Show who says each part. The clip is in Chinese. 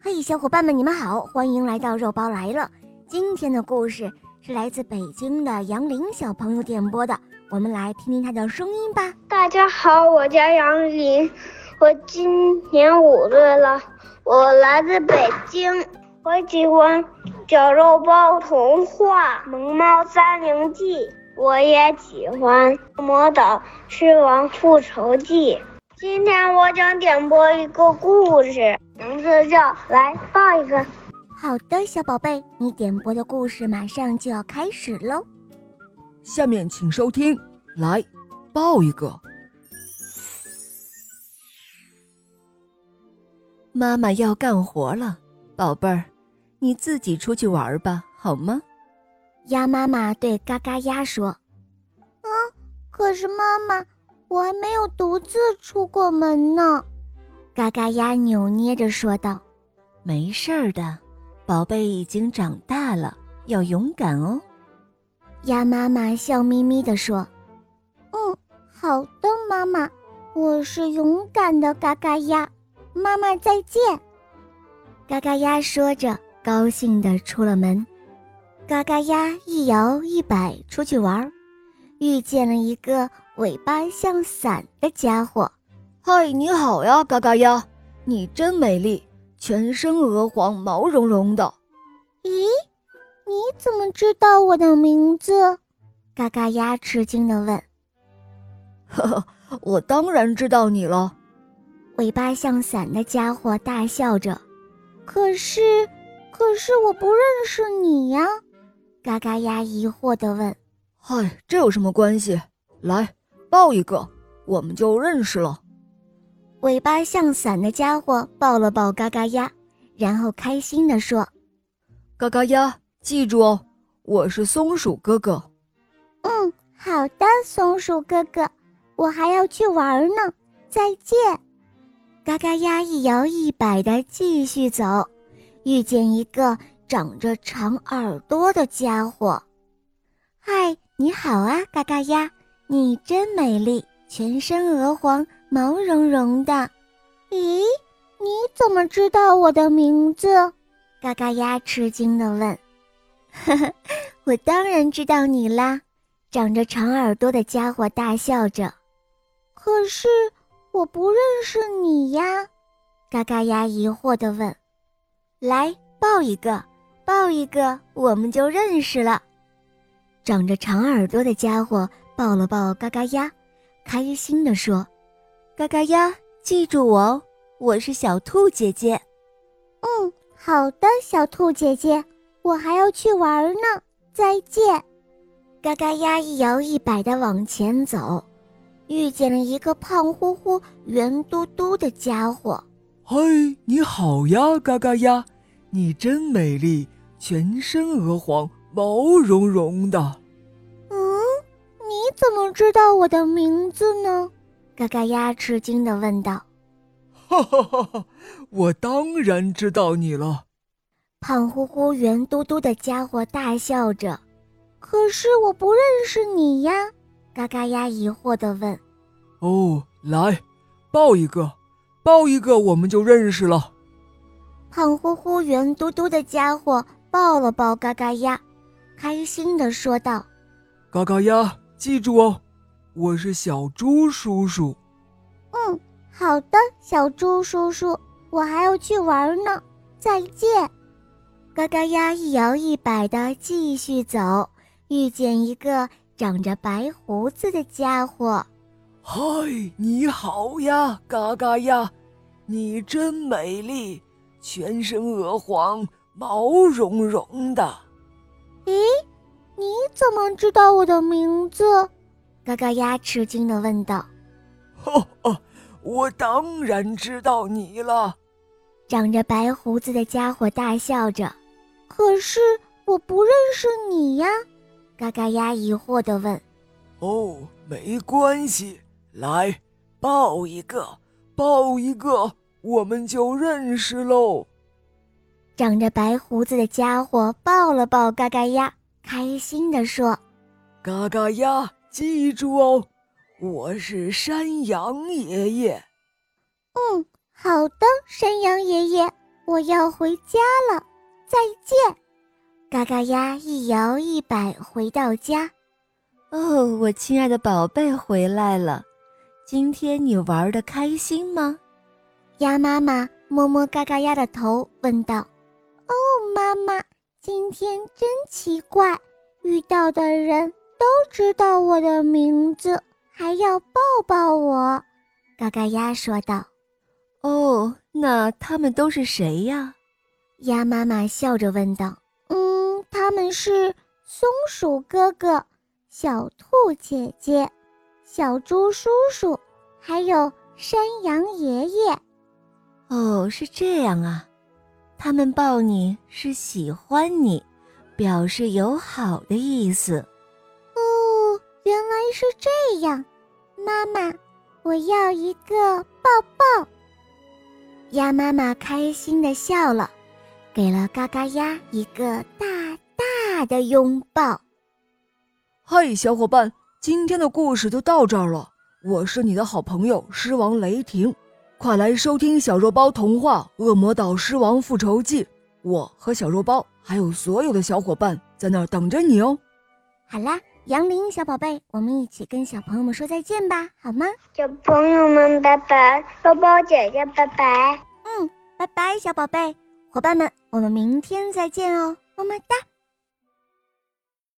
Speaker 1: 嘿，小伙伴们，你们好，欢迎来到肉包来了。今天的故事是来自北京的杨林小朋友点播的，我们来听听他的声音吧。
Speaker 2: 大家好，我叫杨林，我今年五岁了，我来自北京，我喜欢《小肉包童话》《萌猫三零记》，我也喜欢《恶魔岛狮王复仇记》。今天我想点播一个故事，名字叫《来抱一个》。
Speaker 1: 好的，小宝贝，你点播的故事马上就要开始喽。
Speaker 3: 下面请收听，来抱一个。妈妈要干活了，宝贝儿，你自己出去玩吧，好吗？
Speaker 1: 鸭妈妈对嘎嘎鸭说
Speaker 4: 嗯可是妈妈，我还没有独自出过门呢。：“
Speaker 1: 嘎嘎鸭扭捏着说道。
Speaker 3: 没事儿的，宝贝已经长大了，要勇敢哦。”
Speaker 1: 鸭妈妈笑眯眯地说
Speaker 4: 嗯好的，妈妈，我是勇敢的嘎嘎鸭。妈妈再见。：“
Speaker 1: 嘎嘎鸭说着，高兴地出了门。”嘎嘎鸭一摇一摆出去玩儿，遇见了一个尾巴像伞的家伙。
Speaker 3: 嗨，你好呀，嘎嘎鸭，你真美丽，全身鹅黄，毛茸茸的。
Speaker 4: 咦，你怎么知道我的名字？
Speaker 1: 嘎嘎鸭吃惊地问
Speaker 3: 呵呵，我当然知道你了。：“
Speaker 1: 尾巴像伞的家伙大笑着。
Speaker 4: 可是，可是我不认识你呀。”
Speaker 1: 嘎嘎鸭疑惑地问
Speaker 3: 嗨，这有什么关系？来，抱一个，我们就认识了。：“
Speaker 1: 尾巴像伞的家伙抱了抱嘎嘎鸭，然后开心地说
Speaker 3: 嘎嘎鸭，记住哦，我是松鼠哥哥。
Speaker 4: 嗯，好的，松鼠哥哥，我还要去玩呢，再见。：‘
Speaker 1: 嘎嘎鸭一摇一摆地继续走，遇见一个长着长耳朵的家伙。嗨，你好啊，嘎嘎鸭，你真美丽，全身鹅黄，毛茸茸的。
Speaker 4: 咦，你怎么知道我的名字？
Speaker 1: 嘎嘎鸭吃惊地问：“ 我当然知道你啦！”长着长耳朵的家伙大笑着。
Speaker 4: 可是我不认识你呀。
Speaker 1: 嘎嘎鸭疑惑地问：“来抱一个，抱一个，我们就认识了。”长着长耳朵的家伙抱了抱嘎嘎鸭，开心地说：“嘎嘎鸭，记住我哦，我是小兔姐姐。
Speaker 4: 嗯，好的，小兔姐姐，我还要去玩呢，再见。”
Speaker 1: 嘎嘎鸭一摇一摆地往前走，遇见了一个胖乎乎、圆嘟嘟的家伙。
Speaker 5: 嘿，你好呀，嘎嘎呀，你真美丽，全身鹅黄，毛茸茸的。
Speaker 4: 嗯，你怎么知道我的名字呢？
Speaker 1: 嘎嘎鸭吃惊地问道。
Speaker 5: 哈哈哈哈，我当然知道你了。
Speaker 1: 胖乎乎、圆嘟嘟的家伙大笑着。
Speaker 4: 可是我不认识你呀。
Speaker 1: 嘎嘎鸭疑惑地问
Speaker 5: 哦，来，抱一个，抱一个，我们就认识了。：“
Speaker 1: 胖乎乎、圆嘟嘟的家伙抱了抱嘎嘎鸭，开心地说道
Speaker 5: 嘎嘎呀，记住哦，我是小猪叔叔。
Speaker 4: 嗯，好的，小猪叔叔，我还要去玩呢，再见。：‘
Speaker 1: 嘎嘎鸭一摇一摆地继续走，遇见一个长着白胡子的家伙。
Speaker 5: 嗨，你好呀，嘎嘎呀，你真美丽，全身鹅黄，毛茸茸的。
Speaker 4: 你怎么知道我的名字？
Speaker 1: 嘎嘎鸭吃惊地问道。
Speaker 5: 哦哦，我当然知道你了。
Speaker 1: 长着白胡子的家伙大笑着。
Speaker 4: 可是我不认识你呀。
Speaker 1: 嘎嘎鸭疑惑地问
Speaker 5: 哦，没关系，来，抱一个，抱一个，我们就认识喽。：“
Speaker 1: 长着白胡子的家伙抱了抱嘎嘎鸭，开心地说。”
Speaker 5: 嘎嘎呀，记住哦，我是山羊爷爷。
Speaker 4: 嗯，好的，山羊爷爷，我要回家了，再见。
Speaker 1: 嘎嘎鸭一摇一摆回到家。
Speaker 3: 哦，我亲爱的宝贝回来了，今天你玩的开心吗？
Speaker 1: 鸭妈妈摸摸嘎嘎鸭的头，问道：“
Speaker 4: 哦，妈妈，今天真奇怪，遇到的人都知道我的名字，还要抱抱我。”
Speaker 1: 嘎嘎鸭说道：“
Speaker 3: 哦，那他们都是谁呀？”
Speaker 1: 鸭妈妈笑着问道：“
Speaker 4: 嗯，他们是松鼠哥哥。”小兔姐姐、小猪叔叔，还有山羊爷爷。
Speaker 3: 哦，是这样啊！他们抱你是喜欢你，表示友好的意思。
Speaker 4: 哦，原来是这样。妈妈，我要一个抱抱。
Speaker 1: 鸭妈妈开心的笑了，给了嘎嘎鸭一个大大的拥抱。
Speaker 5: 嗨，小伙伴，今天的故事就到这儿了。我是你的好朋友狮王雷霆，快来收听小肉包童话《恶魔岛狮王复仇记》，我和小肉包还有所有的小伙伴在那儿等着你哦。
Speaker 1: 好啦，杨林小宝贝，我们一起跟小朋友们说再见吧，好吗？
Speaker 2: 小朋友们，拜拜！肉包姐姐，拜拜！
Speaker 1: 嗯，拜拜，小宝贝，伙伴们，我们明天再见哦，么么哒。